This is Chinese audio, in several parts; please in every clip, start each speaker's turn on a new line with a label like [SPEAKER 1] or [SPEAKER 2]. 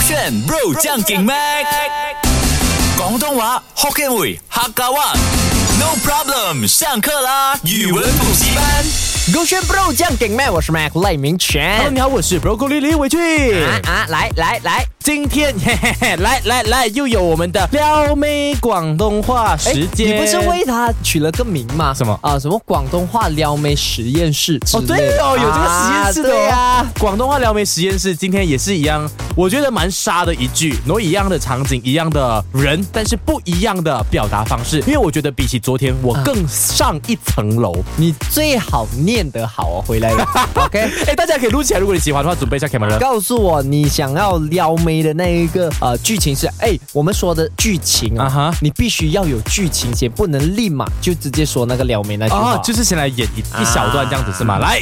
[SPEAKER 1] 选 Bro 将劲 Mac，广东话 Hokkien 语客家话。No problem，上课啦！语文补习班。
[SPEAKER 2] 勾选 Bro 酱顶麦，我是 Mac 赖明
[SPEAKER 3] 哈喽，
[SPEAKER 2] 全。
[SPEAKER 3] 你好，我是 Broccoli 李伟俊。
[SPEAKER 2] 啊啊，来来来，
[SPEAKER 3] 今天嘿嘿嘿，来来来，又有我们的撩妹广东话
[SPEAKER 2] 哎
[SPEAKER 3] 时间。
[SPEAKER 2] 你不是为他取了个名吗？
[SPEAKER 3] 什么
[SPEAKER 2] 啊？什么广东话撩妹实验室之
[SPEAKER 3] 哦，
[SPEAKER 2] 类的？
[SPEAKER 3] 对哦，有这个实验室的、
[SPEAKER 2] 啊对
[SPEAKER 3] 哦
[SPEAKER 2] 啊。
[SPEAKER 3] 广东话撩妹实验室今天也是一样，我觉得蛮沙的一句，然后一样的场景，一样的人，但是不一样的表达方式。因为我觉得比起昨天，我更上一层楼。
[SPEAKER 2] 你最好念得好哦，回来了。OK，
[SPEAKER 3] 哎、大家可以录起来，如果你喜欢的话，准备一下 camera。
[SPEAKER 2] 告诉我你想要撩妹的那一个呃剧情是，哎，我们说的剧情啊
[SPEAKER 3] 啊
[SPEAKER 2] 哈
[SPEAKER 3] 哈，
[SPEAKER 2] 你必须要有剧情先，不能立马就直接说那个撩妹那句话。
[SPEAKER 3] 啊，就是先来演一一小段这样子是吗？来，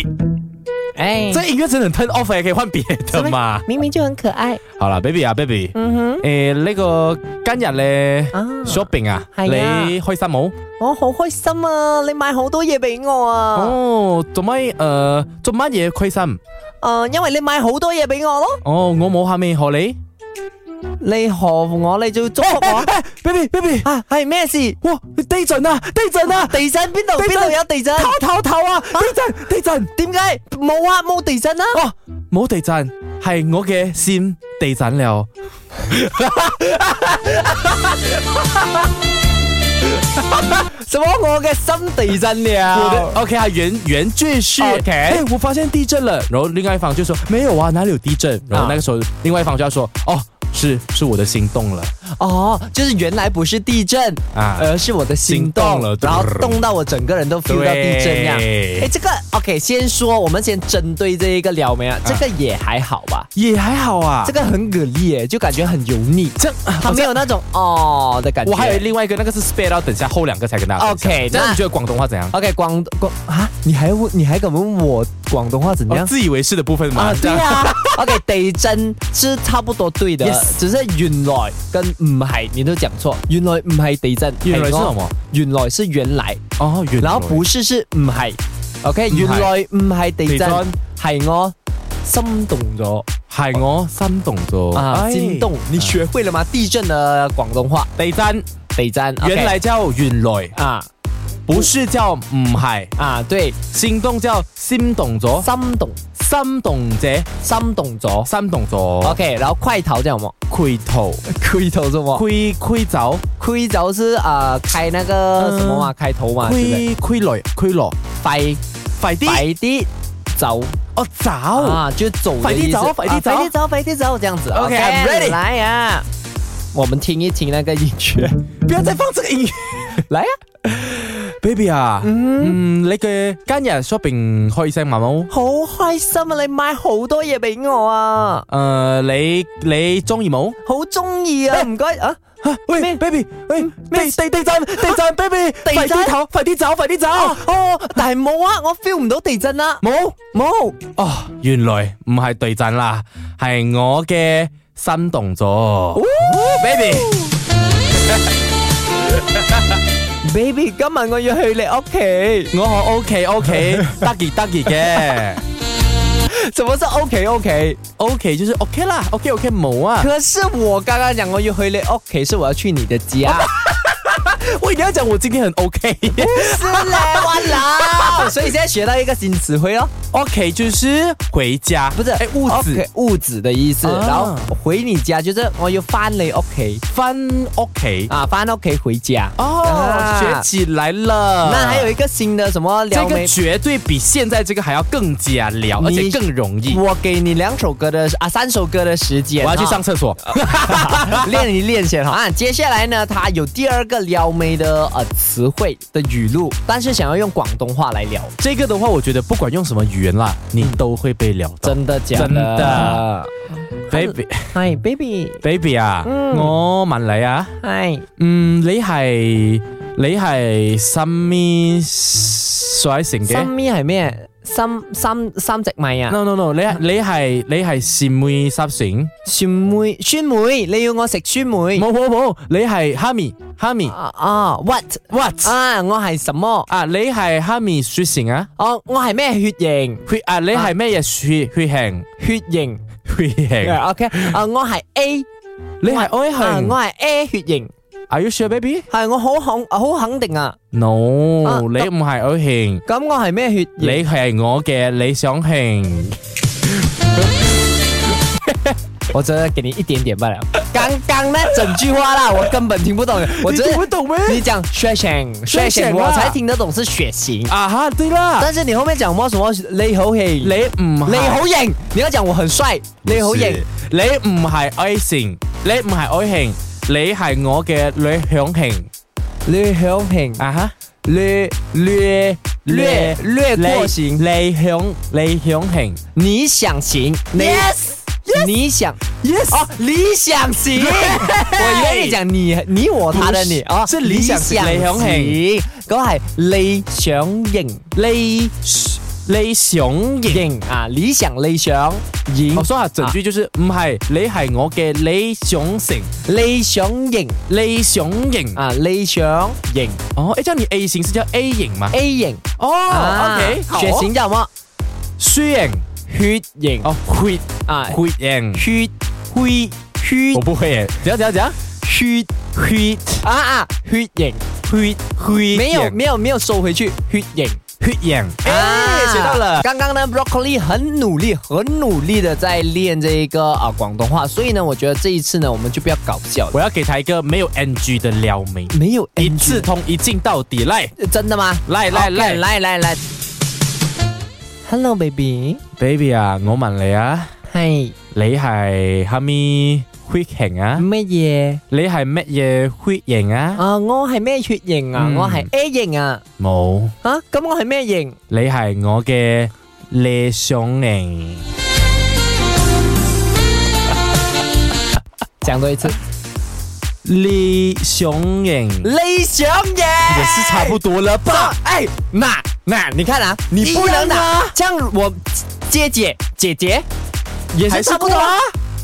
[SPEAKER 2] 哎，
[SPEAKER 3] 这音乐真的很 turn off，也可以哎换别的嘛。
[SPEAKER 2] 明明就很可爱。
[SPEAKER 3] 好啦，baby 啊，baby，
[SPEAKER 2] 嗯哼，
[SPEAKER 3] 诶，呢個今日咧
[SPEAKER 2] 啊
[SPEAKER 3] shopping 啊，
[SPEAKER 2] 係啊
[SPEAKER 3] 你開心冇？
[SPEAKER 2] 我好開心啊！你買好多嘢俾我啊！
[SPEAKER 3] 哦，做乜诶做乜嘢開心？
[SPEAKER 2] 诶、因为你买好多嘢俾我咯，
[SPEAKER 3] 哦，我冇下面學你
[SPEAKER 2] 你何我，你就要祝福
[SPEAKER 3] 哎
[SPEAKER 2] 我
[SPEAKER 3] ，baby baby，
[SPEAKER 2] 哦啊！系咩事？
[SPEAKER 3] 哇，地震啊，地震啊，
[SPEAKER 2] 地震边度？
[SPEAKER 3] 地震
[SPEAKER 2] 边度有地震？
[SPEAKER 3] 唞唞唞啊，地震地震，
[SPEAKER 2] 点解冇啊？冇地震啊？
[SPEAKER 3] 哦，冇地震，係我嘅線地震
[SPEAKER 2] 哦
[SPEAKER 3] 了。
[SPEAKER 2] 什么？我嘅心地震
[SPEAKER 3] 我的
[SPEAKER 2] 了。
[SPEAKER 3] OK 啊，原原句是
[SPEAKER 2] 哦 OK
[SPEAKER 3] 哎，我发现地震了，然后另外一方就说没有啊，哪里有地震？然后那个时候另外一方就要说哦，是是我的心动了。
[SPEAKER 2] 哦，就是原来不是地震
[SPEAKER 3] 啊
[SPEAKER 2] 而是我的心动
[SPEAKER 3] 心动了
[SPEAKER 2] 然后动到我整个人都 feel 到地震那样。
[SPEAKER 3] 对
[SPEAKER 2] 哎，这个 OK，先说，我们先针对这一个撩妹啊，这个也还好吧。
[SPEAKER 3] 也还好啊
[SPEAKER 2] 这。个很给力耶，就感觉很油腻，
[SPEAKER 3] 这样
[SPEAKER 2] 它没有那种哦的感觉。
[SPEAKER 3] 我还有另外一个，那个是 spare 到等一下后两个才跟大家分享。哎
[SPEAKER 2] OK，
[SPEAKER 3] 那
[SPEAKER 2] 那
[SPEAKER 3] 你觉得广东话怎样？
[SPEAKER 2] OK，广广啊，你还问你还敢问我广东话怎么
[SPEAKER 3] 哦
[SPEAKER 2] 样？
[SPEAKER 3] 自以为是的部分吗？
[SPEAKER 2] 啊，
[SPEAKER 3] 这
[SPEAKER 2] 对
[SPEAKER 3] 样
[SPEAKER 2] 啊，OK，地震是差不多对的
[SPEAKER 3] Yes
[SPEAKER 2] 只是原來跟唔係你都講錯，原來唔係地震，
[SPEAKER 3] 原來是
[SPEAKER 2] 係我
[SPEAKER 3] 什麼？
[SPEAKER 2] 原來是原來，
[SPEAKER 3] 哦，原
[SPEAKER 2] 然
[SPEAKER 3] 来嗯
[SPEAKER 2] 後不是是唔係 o k 原來唔係地
[SPEAKER 3] 地
[SPEAKER 2] 震
[SPEAKER 3] 震，
[SPEAKER 2] 係我心動咗
[SPEAKER 3] 系我心動咗
[SPEAKER 2] 啊，
[SPEAKER 3] 哎
[SPEAKER 2] 心動，你學會了嗎？地震的廣東話，
[SPEAKER 3] 地震，
[SPEAKER 2] 地震，OK
[SPEAKER 3] 哎原來叫原來，
[SPEAKER 2] 啊
[SPEAKER 3] 不是叫唔係。
[SPEAKER 2] 啊，對，
[SPEAKER 3] 心動叫心動咗，
[SPEAKER 2] 心動，
[SPEAKER 3] 心動者，
[SPEAKER 2] 心動咗
[SPEAKER 3] 心動咗。
[SPEAKER 2] ，OK，然後快逃叫什 麼？
[SPEAKER 3] 回頭，
[SPEAKER 2] 開頭什麼？
[SPEAKER 3] 回回走，
[SPEAKER 2] 亏着是呃开那
[SPEAKER 3] 嗯
[SPEAKER 2] 个什么嘛，开头嘛，对不对？
[SPEAKER 3] 回回來，回落，
[SPEAKER 2] 快
[SPEAKER 3] 啊快
[SPEAKER 2] 快
[SPEAKER 3] 啲，
[SPEAKER 2] 啲走
[SPEAKER 3] 哦走，
[SPEAKER 2] 啊，就走的
[SPEAKER 3] 快
[SPEAKER 2] 意
[SPEAKER 3] 啲
[SPEAKER 2] 思，
[SPEAKER 3] 走快啲走
[SPEAKER 2] 啊快啲走，快啲走，这样子。
[SPEAKER 3] OK，I'm ready
[SPEAKER 2] 来呀，我们听一听那个音乐，
[SPEAKER 3] 不要再放这个 音樂。
[SPEAKER 2] 来呀，
[SPEAKER 3] baby 啊，嗯，你嘅今日 shopping 開心嘛冇？
[SPEAKER 2] 好开心啊！你买好多嘢俾我啊，
[SPEAKER 3] 诶、你你中意冇？
[SPEAKER 2] 好中意啊！唔该啊，
[SPEAKER 3] 啊喂
[SPEAKER 2] 咩
[SPEAKER 3] ，baby，喂，
[SPEAKER 2] 咩
[SPEAKER 3] 地地地震，地震，baby，
[SPEAKER 2] 震
[SPEAKER 3] 快啲走，快啲走，快啲走，
[SPEAKER 2] 哦，但系冇啊，我 feel 唔到地震啊，
[SPEAKER 3] 冇、
[SPEAKER 2] 冇
[SPEAKER 3] 哦，原來唔係地震啦，係我嘅心動咗、，baby。
[SPEAKER 2] ，baby，今日我要去你屋
[SPEAKER 3] 我好 OK OK，得意得意嘅
[SPEAKER 2] 企，什么是 OK OK？
[SPEAKER 3] ，OK 就是 OK 啦，OK OK 冇啊。
[SPEAKER 2] 可是我刚刚讲我要回你屋企，是我要去你的家，
[SPEAKER 3] 我一定要讲我今天很 OK。
[SPEAKER 2] 是 嘞，完了。所以现在学到一个新词汇咯，
[SPEAKER 3] OK 就是回家，
[SPEAKER 2] 不是哦
[SPEAKER 3] 哎屋子
[SPEAKER 2] OK，屋子的意思。
[SPEAKER 3] 啊
[SPEAKER 2] 然后回你家就是我要翻你屋企
[SPEAKER 3] 翻屋企。
[SPEAKER 2] 啊，翻屋企回家。
[SPEAKER 3] 哦
[SPEAKER 2] 啊，
[SPEAKER 3] 学起来了。
[SPEAKER 2] 那还有一个新的什么
[SPEAKER 3] 这
[SPEAKER 2] 撩
[SPEAKER 3] 个
[SPEAKER 2] 妹？
[SPEAKER 3] 绝对比现在这个还要更加聊，
[SPEAKER 2] 你
[SPEAKER 3] 而且更容易。
[SPEAKER 2] 我给你两首歌的啊，三首歌的时间，
[SPEAKER 3] 我要去
[SPEAKER 2] 哈
[SPEAKER 3] 上厕所。
[SPEAKER 2] 练一练先哈。啊，接下来呢，它有第二个撩妹的呃词汇的语录，但是想要用广东话来聊，
[SPEAKER 3] 这个的话，我觉得不管用什么语言啦，你都会被聊到。
[SPEAKER 2] 真的假的？
[SPEAKER 3] 真的，baby
[SPEAKER 2] Hi baby，
[SPEAKER 3] baby 啊，
[SPEAKER 2] 嗯
[SPEAKER 3] 我问你啊，
[SPEAKER 2] 嗨，
[SPEAKER 3] 嗯，你系你系什么水成
[SPEAKER 2] 心
[SPEAKER 3] 嘅
[SPEAKER 2] 咪係咩？心心三隻米啊！
[SPEAKER 3] ？No no no，你係你系你系什么濕成？
[SPEAKER 2] 酸梅酸梅，你要我食酸梅？
[SPEAKER 3] 冇冇冇，你系哈密哈密
[SPEAKER 2] 啊啊，what
[SPEAKER 3] what？À,
[SPEAKER 2] 啊？我係什麼？
[SPEAKER 3] 啊，你系哈密雪成啊？
[SPEAKER 2] 哦，我係咩血型？
[SPEAKER 3] à, 血啊，你系咩嘢血血型？
[SPEAKER 2] 血型
[SPEAKER 3] 血型。
[SPEAKER 2] OK，啊，我係 A，
[SPEAKER 3] 你係 O
[SPEAKER 2] 啊，
[SPEAKER 3] 型
[SPEAKER 2] 我係 A 血型，
[SPEAKER 3] ？Are you sure, baby?
[SPEAKER 2] 係我好肯好肯定啊。啊
[SPEAKER 3] No，你唔係 O 型，
[SPEAKER 2] 咁我係咩血型？
[SPEAKER 3] 你係我嘅理想型。
[SPEAKER 2] 我真的给你一点点 罢了。刚刚那整句话 啦，我根本听不懂。我真的
[SPEAKER 3] 你懂咩
[SPEAKER 2] 你讲血型，血
[SPEAKER 3] 血型啊
[SPEAKER 2] 型我才听得懂是血型，
[SPEAKER 3] 啊哈，對啦，
[SPEAKER 2] 但是你后面讲我什么你好型，
[SPEAKER 3] 你唔
[SPEAKER 2] 你
[SPEAKER 3] 係
[SPEAKER 2] 好型，你要讲我很帅，你好型。
[SPEAKER 3] 你唔係 A 型，你唔係 O 型，你係我嘅理想型。
[SPEAKER 2] 你好型，
[SPEAKER 3] 啊哈，略略
[SPEAKER 2] 略略过型，
[SPEAKER 3] 理想理想型
[SPEAKER 2] 你想型你
[SPEAKER 3] yes，
[SPEAKER 2] 你想
[SPEAKER 3] ，yes
[SPEAKER 2] 哦，理想 型。我以为你讲你你我他的你
[SPEAKER 3] 不是
[SPEAKER 2] 哦，
[SPEAKER 3] 是理想型
[SPEAKER 2] 理想型，嗰系理想型
[SPEAKER 3] 理理想型。
[SPEAKER 2] 型啊，理想理想型
[SPEAKER 3] 我。说下整句就是唔係你係我嘅理想型，
[SPEAKER 2] 理想型
[SPEAKER 3] 理想型
[SPEAKER 2] 啊，理想型
[SPEAKER 3] 哦，诶，叫你 A 型是叫 A 型嘛？
[SPEAKER 2] A 型
[SPEAKER 3] 哦
[SPEAKER 2] 啊
[SPEAKER 3] ，OK，好
[SPEAKER 2] 血型叫什么？
[SPEAKER 3] 虚型
[SPEAKER 2] 血型
[SPEAKER 3] 哦，血
[SPEAKER 2] 啊，
[SPEAKER 3] 血型，
[SPEAKER 2] 血血血
[SPEAKER 3] 我不会耶，怎样怎样怎样？
[SPEAKER 2] 血
[SPEAKER 3] 血
[SPEAKER 2] 啊啊，血型
[SPEAKER 3] 血血
[SPEAKER 2] 没有没有没有收回去，血型。
[SPEAKER 3] 有血型，哎，
[SPEAKER 2] 啊
[SPEAKER 3] 学到了。
[SPEAKER 2] 刚刚呢，Broccoli 很努力、很努力的在练这一个啊广东话，所以呢，我觉得这一次呢，我们就不要搞笑了。
[SPEAKER 3] 我要给他一个没有 NG 的撩妹，
[SPEAKER 2] 没有
[SPEAKER 3] 一
[SPEAKER 2] NG
[SPEAKER 3] 次通一镜到底，来
[SPEAKER 2] 真的吗？
[SPEAKER 3] 来来
[SPEAKER 2] OK，
[SPEAKER 3] 来
[SPEAKER 2] 来来来，Hello baby，
[SPEAKER 3] ，baby 啊，我问你啊，
[SPEAKER 2] 嗨，
[SPEAKER 3] 你係係咪血型啊？
[SPEAKER 2] 乜嘢？
[SPEAKER 3] 你係乜嘢血型啊？
[SPEAKER 2] 啊，我系咩血型啊？
[SPEAKER 3] 嗯
[SPEAKER 2] 我系 A 型啊。
[SPEAKER 3] 冇，
[SPEAKER 2] 啊，咁我系咩型？
[SPEAKER 3] 你係我嘅理想型。
[SPEAKER 2] 讲多一次，
[SPEAKER 3] 理想型也
[SPEAKER 2] 理想型也
[SPEAKER 3] 是差不多了
[SPEAKER 2] 多
[SPEAKER 3] 吧？。
[SPEAKER 2] 哎，那那你看啊，你不能
[SPEAKER 3] 一样
[SPEAKER 2] 拿
[SPEAKER 3] 啊，
[SPEAKER 2] 这样我姐姐姐姐
[SPEAKER 3] 也
[SPEAKER 2] 还是差不多啊。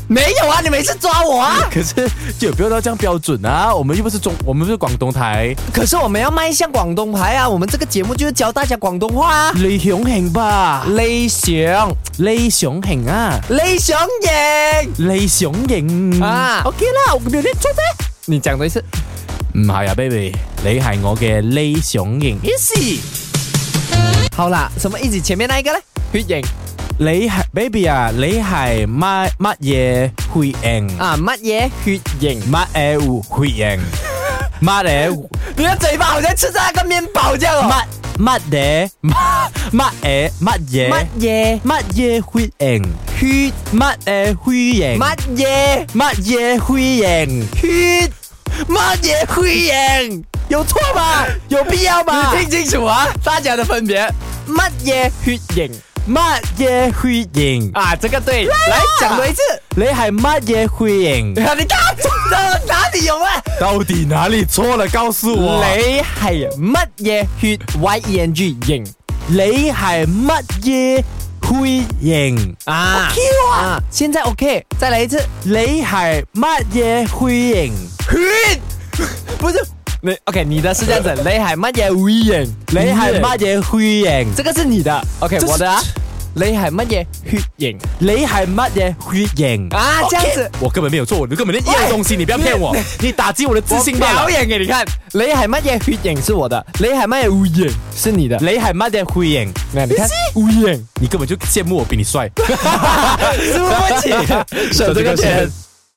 [SPEAKER 2] 没有啊，你每次抓我啊。
[SPEAKER 3] 可是就不要到这样标准啊！我们又不是中，我们不是广东台。
[SPEAKER 2] 可是我们要迈向广东牌啊，我们这个节目就是教大家广东话啊。
[SPEAKER 3] 理想型吧，
[SPEAKER 2] 理想
[SPEAKER 3] 理想型啊，
[SPEAKER 2] 理想型，
[SPEAKER 3] 理想型
[SPEAKER 2] 啊
[SPEAKER 3] ，OK 啦，我表弟做咩？
[SPEAKER 2] 你讲多一次。
[SPEAKER 3] 唔係啊，baby，你係我嘅理想型。Easy，
[SPEAKER 2] 好啦，什么一直前面那一个呢？血型
[SPEAKER 3] 你係 baby 啊，你係乜乜嘢血型？
[SPEAKER 2] 啊，乜嘢血型？
[SPEAKER 3] 乜嘢血型？乜嘢
[SPEAKER 2] 你的嘴巴好像吃着那个面包这样哦。
[SPEAKER 3] 乜乜嘢乜乜嘢乜嘢
[SPEAKER 2] 乜嘢
[SPEAKER 3] 乜嘢血型？
[SPEAKER 2] 血
[SPEAKER 3] 乜嘢血型？
[SPEAKER 2] 乜嘢
[SPEAKER 3] 乜嘢血型？
[SPEAKER 2] 血
[SPEAKER 3] 乜嘢血型？有錯嗎？有必要嗎？
[SPEAKER 2] 你听清楚啊，大家的分别。乜嘢血型
[SPEAKER 3] 乜嘢血型？
[SPEAKER 2] 啊？这个对，来讲多一次。
[SPEAKER 3] 你係乜嘢血 型？
[SPEAKER 2] 你看，这哪里有啊？
[SPEAKER 3] 到底哪里错了？告诉
[SPEAKER 2] 你系乜嘢血 Y E N G 型
[SPEAKER 3] 你你係乜嘢血型？
[SPEAKER 2] 啊
[SPEAKER 3] OK
[SPEAKER 2] 啊！现在 OK，再来一次。
[SPEAKER 3] 你係乜嘢血型？
[SPEAKER 2] 血 不是你 OK，你的是这样子，你系乜嘢血型？
[SPEAKER 3] 你係乜
[SPEAKER 2] 乜？
[SPEAKER 3] 嘢血型？
[SPEAKER 2] 这个是你的 OK，
[SPEAKER 3] 这是
[SPEAKER 2] 我的啊。你系乜嘢血型
[SPEAKER 3] 你係乜嘢血型？
[SPEAKER 2] 啊？这样子。
[SPEAKER 3] 我根本没有做，你根本连一样东西，你不要骗我，你打击我的自
[SPEAKER 2] 我
[SPEAKER 3] 信吧
[SPEAKER 2] 表。演给你看，你系乜嘢血型是我的，你系乜嘢血型是你的，
[SPEAKER 3] 你係乜嘢血型？
[SPEAKER 2] 那你看血型，
[SPEAKER 3] 你根本就羡慕我比你帅。
[SPEAKER 2] 输不起，
[SPEAKER 3] 手
[SPEAKER 2] 手这个
[SPEAKER 3] 这 个
[SPEAKER 2] 钱
[SPEAKER 3] 钱。